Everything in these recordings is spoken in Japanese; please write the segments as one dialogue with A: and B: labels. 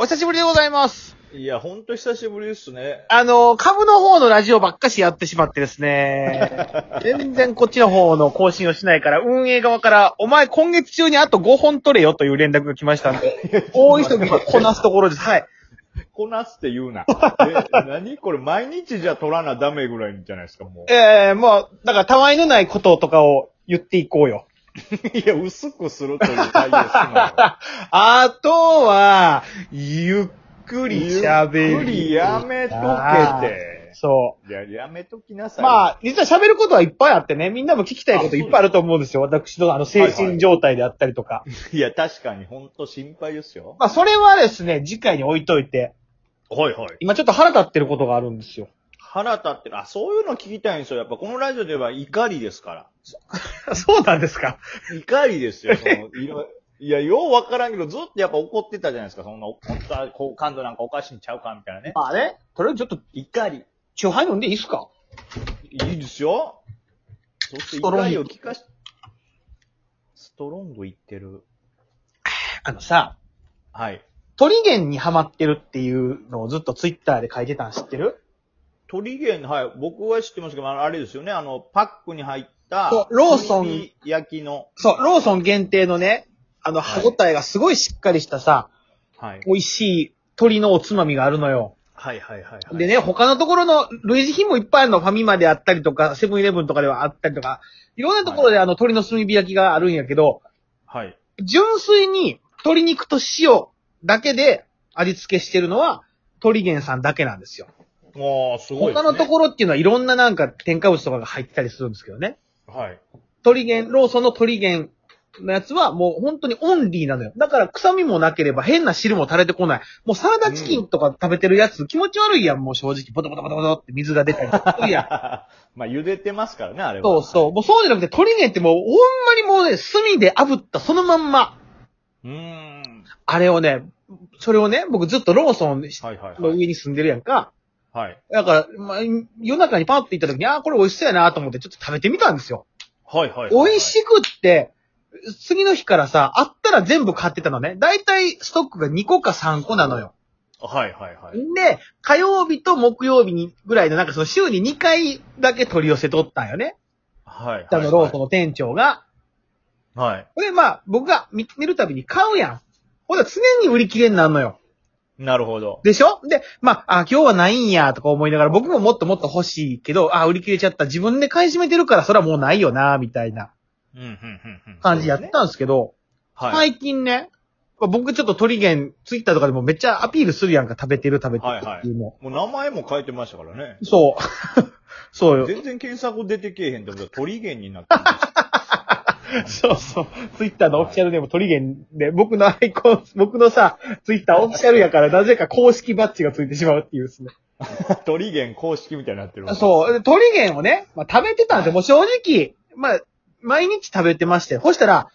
A: 久しぶりでございます。
B: いや、ほんと久しぶりですね。
A: あの、株の方のラジオばっかしやってしまってです ね。全然こっちの方の更新をしないから、運営側から、お前今月中にあと5本取れよという連絡が来ましたん で、大急ぎでこなすところです。はい。
B: こなすって 言うな。え、何これ毎日じゃ取らなダメぐらいじゃないですか、も
A: ええもう、だから、たわいのないこととかを言っていこうよ。
B: う。 いや、薄くするという対応すな
A: あとは、ゆっく
B: よ。
A: り喋る。
B: ゆっくりやめとけて。
A: そう。
B: いや、やめときなさい。
A: ま
B: あ、
A: あ、実は喋ることはいっぱいあってね、みんなも聞きたいこといっぱいあると思うんですよ。私のあの精神状態であったりとか。
B: いや、確かにほんと心配ですよ。
A: まあ、それはですね、次回に置いといて、
B: はいはい。
A: 今ちょっと腹立ってることがあるんですよ。
B: 腹立ってる。あ、そういうの聞きたいんですよ。やっぱこのラジオでは怒りですから。
A: そうなんですか
B: 怒りですよ。そ のいろいや、ようわからんけど、ずっとやっぱ怒ってたじゃないですか。そんな怒った、好感度なんかおかしいんちゃうかみたいなね。
A: まあね、とりあえずちょっと、
B: 怒り。
A: チューハイ飲んでいいっすか
B: いいですよ。そして
A: ストロン
B: 怒りを聞かし、ストロング言ってる。
A: あのさ、
B: はい。
A: トリゲンにハマってるっていうのをずっとツイッターで書いてたん知ってる
B: トリゲン、はい。僕は知ってますけど、あのあれですよね。あの、パックに入った
A: そう、ローソン
B: 炭火焼きの、
A: そう、ローソン限定のね、あの、歯
B: はい
A: 応えがすごいしっかりしたさ、
B: はい。
A: 美味しい鶏のおつまみがあるのよ。
B: はいはいはい、はい。
A: でね、他のところの類似品もいっぱいあるの。ファミマであったりとか、セブンイレブンとかではあったりとか、いろんなところであの、鶏の炭火焼きがあるんやけど、
B: はい。
A: 純粋に鶏肉と塩だけで味付けしてるのは、鳥源さんだけなんですよ。
B: おー、すごい
A: 他
B: です、
A: の
B: ね。
A: ところっていうのはいろんななんか添加物とかが入ってたりするんですけどね。
B: はい。
A: 鳥源、ローソンの鳥源のやつはもう本当にオンリーなのよ。だから臭みもなければ変な汁も垂れてこない。もうサラダチキンとか食べてるやつ、気持ち悪いやん、もう正直。ボトボトボトボトって水が出たりするやん。
B: まあ、茹でてますからね、あれは。
A: そうそう。もうそうじゃなくて、トリゲンってもう、ほんまにもうね、炭で炙ったそのまんま、
B: う。うーん。
A: あれをね、それをね、僕ずっとローソン
B: はいはい
A: の
B: はい。
A: 上に住んでるやんか。
B: はい。
A: だから、まあ、夜中にパッて行った時に、あーこれ美味しそうやなと思ってちょっと食べてみたんですよ。
B: はいはいはい、
A: 美味しくって、次の日からさ、あったら全部買ってたのね。だいたいストックが2個か3個なのよ。
B: はいはいはい。
A: で、火曜日と木曜日にぐらいのなんかその週に2回だけ取り寄せとったんよね。
B: はい。
A: あのローソンの店長が。
B: はい。
A: ほんで、まあ、僕が見見るたびに買うやん。ほら、常に売り切れになるのよ。
B: なるほど。
A: でしょで、まあ、あ、今日はないんや、とか思いながら、僕ももっともっと欲しいけど、あ、売り切れちゃった。自分で買い占めてるから、それはもうないよな、みたいな
B: うん、うん、うん、うん。
A: 感じやっ
B: ね。
A: たんですけど、
B: はい。
A: 最近ね、まあ僕ちょっとトリゲン、ツイッターとかでもめっちゃアピールするやんか、食べてる食べてるっていうの。
B: もう名前も書いてましたからね。
A: そう。 そうよ。
B: 全然検索出てけえへんってことは鳥源になってるんです よ
A: そうそう。ツイッターのオフィシャルでもトリゲンで、僕のアイコン、僕のさ、ツイッターオフィシャルやから、なぜか公式バッジがついてしまうっていうですね。
B: 鳥源公式みたいになってる。
A: そう。でトリゲンをね、まあ、食べてたんですよ。もう正直、まあ、毎日食べてまして。そしたら、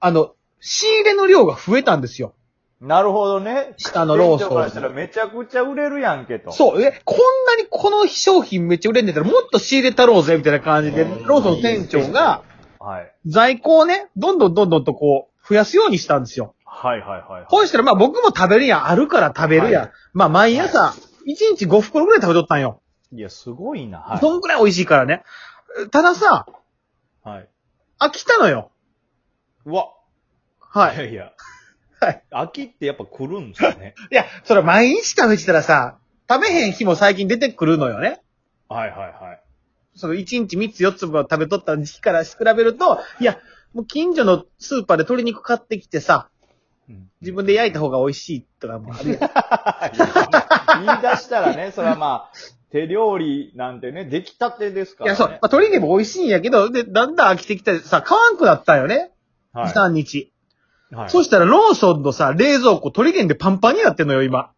A: あの、仕入れの量が増えたんですよ。
B: う。なるほどね。
A: 下のロー
B: 店長から
A: ソ
B: したら
A: ン。
B: めちゃくちゃ売れるやんけと。
A: そう。え、こんなにこの商品めっちゃ売れんねんだったら、もっと仕入れたろうぜ、みたいな感じで、ローソンの店長が、
B: はい。
A: 在庫をね、どんどんどんどんとこう、増やすようにしたんですよ。
B: はいはいはいはい。
A: こうしたら、まあ僕も食べるやん。あるから食べるやん。
B: はい
A: まあ毎朝、1日5袋ぐらい食べとったんよ。
B: いや、すごいな。は
A: そんぐらい美味しいからね。たださ、
B: い。はい。
A: 飽きたのよ。
B: うわ。
A: はい
B: い。。やいや。
A: はい。
B: 秋ってやっぱ来るんですね。
A: いや、それ毎日食べてたらさ、食べへん日も最近出てくるのよね。
B: はいはいはい。
A: その1日3つ4つも食べとった時期から比べると、いや、もう近所のスーパーで鶏肉買ってきてさ、
B: うん
A: 自分で焼いた方が美味しいとかもあるやん。
B: 言い出したらね、それはまあ、手料理なんてね、出来たてですか
A: い
B: ら、
A: や、そ
B: ね。
A: う、まあ、鶏肉も美味しいんやけど、で、だんだん飽きてきてさ、買わんくなったんよね。
B: はい。
A: 2、3日。
B: はい
A: そしたらローソンのさ、冷蔵庫鶏源でパンパンになってんのよ、今。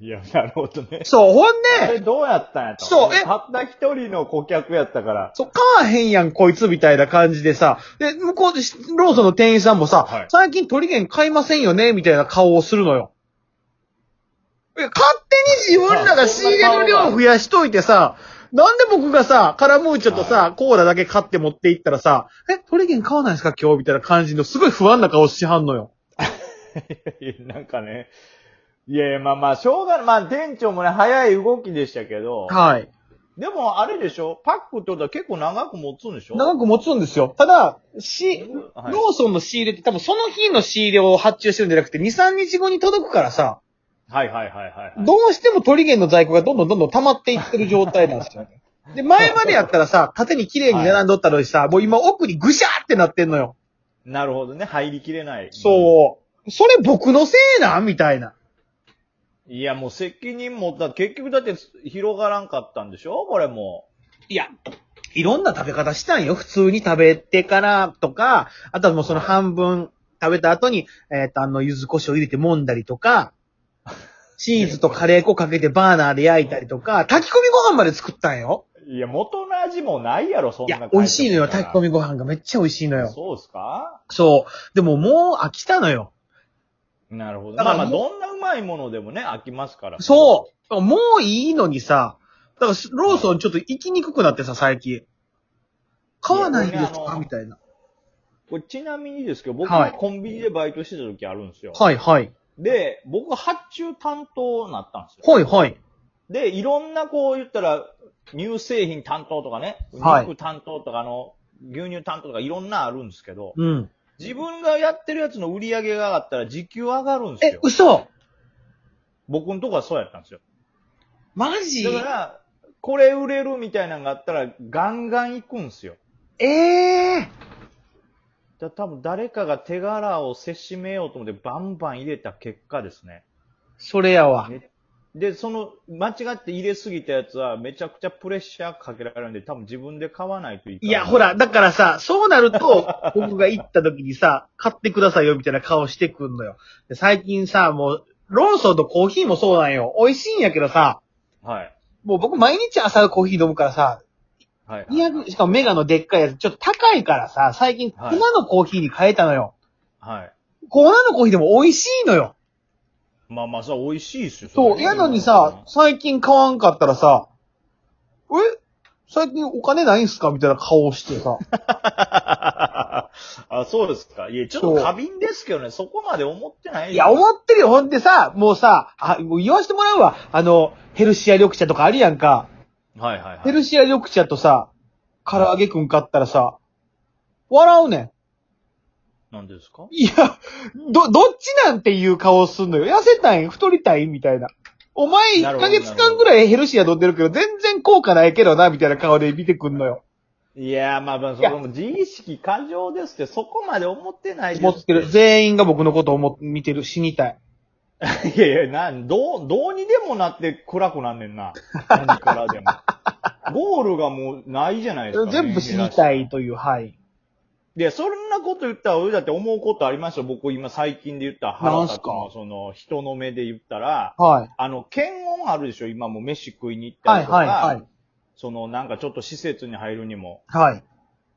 B: いや、なるほどね。
A: そう、ほん
B: そ
A: で、
B: れどうやったんやと。
A: そうえ
B: たった一人の顧客やったから。
A: そう、買わへんやん、こいつ、みたいな感じでさ。で、向こうで、ローソンの店員さんもさ、
B: はい
A: 最近鳥源買いませんよね、みたいな顔をするのよ。いや、勝手に自分らが仕入れの量を増やしといてさ、なんで僕がさ、カラムーチョとさ、コーラだけ買って持って行ったらさ、え、鳥源買わないですか今日みたいな感じのすごい不安な顔しはんのよ。
B: いやなんかね、いやいや、まあまあ、しょうがない。まあ、店長もね、早い動きでしたけど、
A: はい。
B: でも、あれでしょパックってことは結構長く持つんでしょ
A: 長く持つんですよ。ただ、し、
B: はい
A: ローソンの仕入れって多分その日の仕入れを発注してるんじゃなくて、2、3日後に届くからさ、
B: はいはいはいはい、はい。
A: どうしてもトリゲンの在庫がどんどんどんどん溜まっていってる状態なんですよ ね。で、前までやったらさ、縦に綺麗に並んどったのにさ、もう今奥にぐしゃーってなってんのよ。
B: なるほどね。入りきれない。
A: そう。それ僕のせいなんみたいな。
B: うん。いや、もう責任持った。結局だって広がらんかったんでしょこれも。
A: いや、いろんな食べ方したんよ。普通に食べてからとか、あとはもうその半分食べた後に、えっ、と、あの、柚子胡椒入れて揉んだりとか、チーズとカレー粉かけてバーナーで焼いたりとか、炊き込みご飯まで作ったんよ。
B: いや、元の味もないやろ、そん
A: い
B: な
A: や、美味しいのよ。
B: 会
A: 炊
B: 社だ
A: き
B: か
A: 込み
B: ら
A: ご飯がめっちゃ美味しいのよ。
B: そうですか
A: そう。でももう飽きたのよ。
B: なるほど。
A: だ
B: ま
A: から
B: あまあ、どんなうまいものでもね、飽きますから。
A: そう。もういいのにさ、だからローソンちょっと行きにくくなってさ、最近。買わないんです
B: いや俺あ
A: か
B: の
A: みたいな。
B: これちなみにですけど、僕
A: は
B: はいコンビニでバイトしてた時あるんですよ。
A: はいはい。
B: で、僕発注担当になったんですよ。
A: はいはい。
B: で、いろんなこう言ったら、乳製品担当とかね、
A: はい
B: 肉担当とかあの、牛乳担当とかいろんなあるんですけど、
A: うん。
B: 自分がやってるやつの売り上げが上がったら時給上がるんです
A: え
B: よ、。
A: 嘘
B: 僕のとこはそうやったんですよ。
A: マジ
B: だから、これ売れるみたいなのがあったら、ガンガン行くんですよ。
A: ええ
B: だ多分誰かが手柄をせしめようと思ってバンバン入れた結果ですね。
A: それやわ。
B: ねで、その間違って入れすぎたやつはめちゃくちゃプレッシャーかけられるんで多分自分で買わないといいか
A: いや、ほら、だからさ、そうなる と、僕が行った時にさ、買ってくださいよみたいな顔してくんのよ。で最近さ、もう、ローソンとコーヒーもそうなんよ。美味しいんやけどさ、
B: ら。はい。
A: もう僕毎日朝コーヒー飲むからさ、
B: はい。
A: 200、しかもメガのでっかいやつ、ちょっと高いからさ、最近粉
B: はい
A: のコーヒーに変えたのよ。
B: はい。
A: 粉のコーヒーでも美味しいのよ。
B: まあまあさ、美味しいですよ。
A: そ
B: れ
A: う、やのにさ、、最近買わんかったらさ、え最近お金ないんすかみたいな顔してさ。
B: あ、そうですか。いや、ちょっと過敏ですけどね、そこまで思ってない。
A: いや、思ってるよ。ほんでさ、もうさ、あ、もう言わしてもらうわ。あの、ヘルシア緑茶とかあるやんか。
B: はいはいは
A: ヘ
B: い。
A: ルシア緑茶とさ、唐揚げくん買ったらさ、笑うね
B: なんでですか
A: ん。いや、ど、どっちなんていう顔すんのよ。痩せたい太りたいみたいな。お前、
B: なる
A: 1
B: ほど
A: ヶ月間ぐらいヘルシア飲んでるけど、全然効果ないけどな、みたいな顔で見てくんのよ。
B: いや、まあまあ、そ
A: いや
B: こも自意識過剰ですって、そこまで思ってないです
A: 思ってる。全員が僕のこと思っ、見てる。死にたい。
B: いやいや、なん、どう、どうにでもなって暗くなんねんな。何からでも。ゴールがもうないじゃないです か、
A: 全部死にたい
B: と。
A: という、はい。
B: で、そんなこと言ったら、俺だって思うことありましたよ。僕今最近で言ったら
A: な
B: 腹
A: んす
B: 立
A: か
B: つの、その、人の目で言ったら、
A: はい。
B: あの、検温あるでしょ今もう飯食いに行った
A: は
B: り
A: い、
B: とか。
A: はい、はい。
B: その、なんかちょっと施設に入るにも。
A: はい。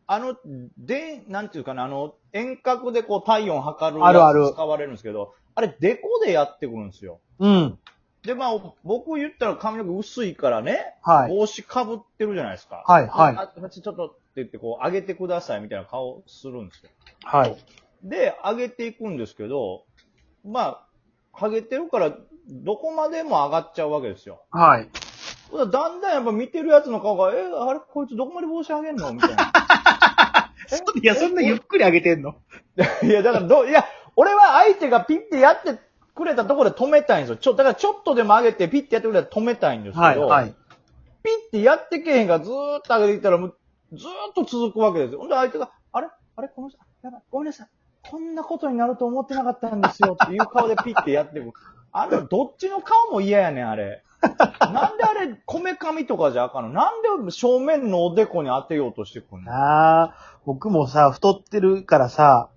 B: あの、で、なんていうかな、あの、遠隔でこう体温測る。
A: あるある
B: 使われるんですけど、あれ、デコでやってくるんですよ。
A: うん。
B: で、まあ、僕言ったら髪の毛薄いからね、
A: はい。
B: 帽子かぶってるじゃないですか。
A: はいはい
B: ああちょっとって言って、こう、上げてくださいみたいな顔するんですよ。
A: はい。
B: で、上げていくんですけど、まあ、上げてるから、どこまでも上がっちゃうわけですよ。
A: はい。
B: だんだんやっぱ見てるやつの顔が、え、あれ、こいつどこまで帽子上げんのみたいな。
A: いや、そんなゆっくり上げてんの
B: いや、だからどう、いや、俺は相手がピッてやってくれたところで止めたいんですよ。ちょ、だからちょっとでも上げてピッてやってくれたら止めたいんですけど、
A: はい、はい。
B: ピッてやってけへんがずーっと上げてきたら、もうずーっと続くわけですよ。ほんで相手が、あれあれこの人、やばい、ごめんなさい。こんなことになると思ってなかったんですよ。っていう顔でピッてやってくる。あれ、どっちの顔も嫌やねん、あれ。 なんであれ、こめかみとかじゃあかんのなんで正面のおでこに当てようとしてくんの
A: ああ、僕もさ、太ってるからさ、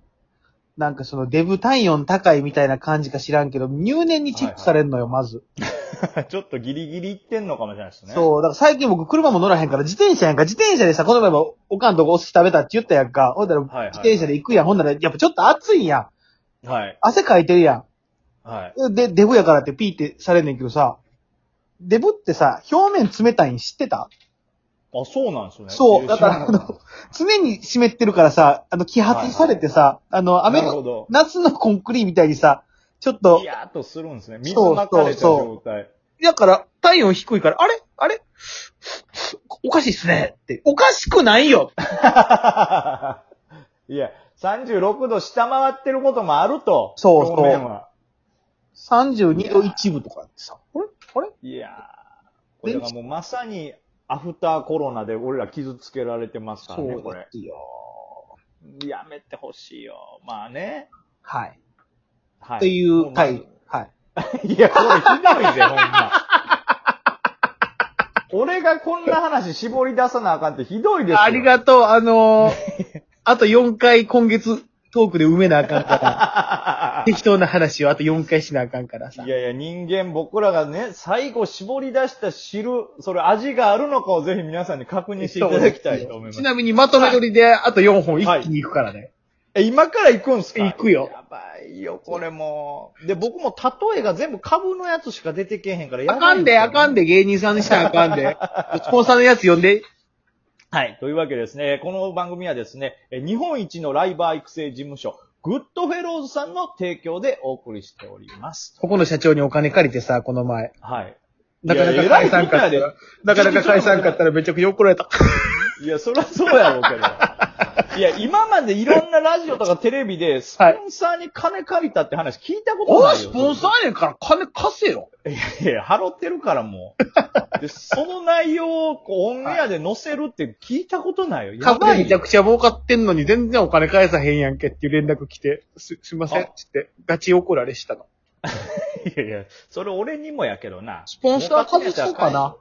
A: なんかそのデブ体温高いみたいな感じか知らんけど、入念にチェックされんのよ、まず。
B: ちょっとギリギリいってんのかもしれないですね。う。
A: そう、だから最近僕車も乗らへんから自転車やんか、自転車でさ、この前もおかんとこお寿司食べたって言ったやんか、ほんだら自
B: はいはい
A: 転車で行くやん、ほんならやっぱちょっと暑いんやん。
B: はい。
A: 汗かいてるや
B: はい。
A: ん。で、デブやからってピーってされんねんけどさ、デブってさ、表面冷たいん知ってた
B: あ、そうなんですね。
A: そう
B: えー
A: だから
B: 知なった
A: 常に湿ってるからさ、あの、揮発されてさ、あの、雨
B: なるほ
A: の、
B: ど。
A: 夏のコンクリみたいにさ、ちょっと
B: い、やーっとするんですね。水
A: そう
B: まかれた
A: そう
B: 状態。
A: だから、体温低いから、あれあれおかしいっすねって。おかしくないよ
B: いや、36度下回ってることもあると。
A: そうそう
B: 表面は。
A: !32 度1分とかってさ、あれあれ
B: いやー。これがもうまさに、アフターコロナで俺ら傷つけられてますからね、これ。
A: すよ。
B: やめてほしいよ。まあね。
A: はい。
B: はい。
A: という
B: まあ
A: 回。はい。
B: いや、これひどいぜ、ほんま。俺がこんな話絞り出さなあかんってひどいですよ。
A: あり がとう。あのー あと4回今月トークで埋めなあかん から、適当な話をあと4回しなあかんからさ
B: い。やいや、人間、僕らがね、最後絞り出した汁、それ味があるのかをぜひ皆さんに確認していただきたいと思いま
A: ち
B: す。
A: なみにまとめ撮りであと4本一気に行くからね。
B: え、今から行くんすか
A: 行くよ
B: やばいよ、これもう。で、僕も例えが全部株のやつしか出てけえへんからやば
A: あ
B: い
A: かんで、あかん
B: で。
A: で、芸人さんにしたらあかん で。スポンサーのやつ呼んで。
B: はい。というわけでですね、この番組はですね、え日本一のライバー育成事務所、グッドフェローズさんの提供でお送りしております。
A: ここの社長にお金借りてさ、この前。
B: はい。
A: なかない
B: や
A: か
B: 偉
A: 解
B: い
A: 散かった
B: みたい
A: ら、なかなか解散かったらめちゃくちゃ怒られた。
B: いや、そりゃそうやろ うけど。いや、今までいろんなラジオとかテレビで、スポンサーに金借りたって話聞いたことないよ。
A: ーやから金貸せよ。
B: いやいや、払ってるからも う。で、その内容をこうオンエアで載せるって聞いたことないよ。や
A: 株
B: ば
A: で
B: い
A: めちゃ
B: よ。
A: くちゃ儲かってんのに全然お金返さへんやんけっていう連絡来て、す、すいません。
B: あ
A: つって、ガチ怒られしたの。
B: いやいや、それ俺にもやけどな。
A: スポンサー外そうかな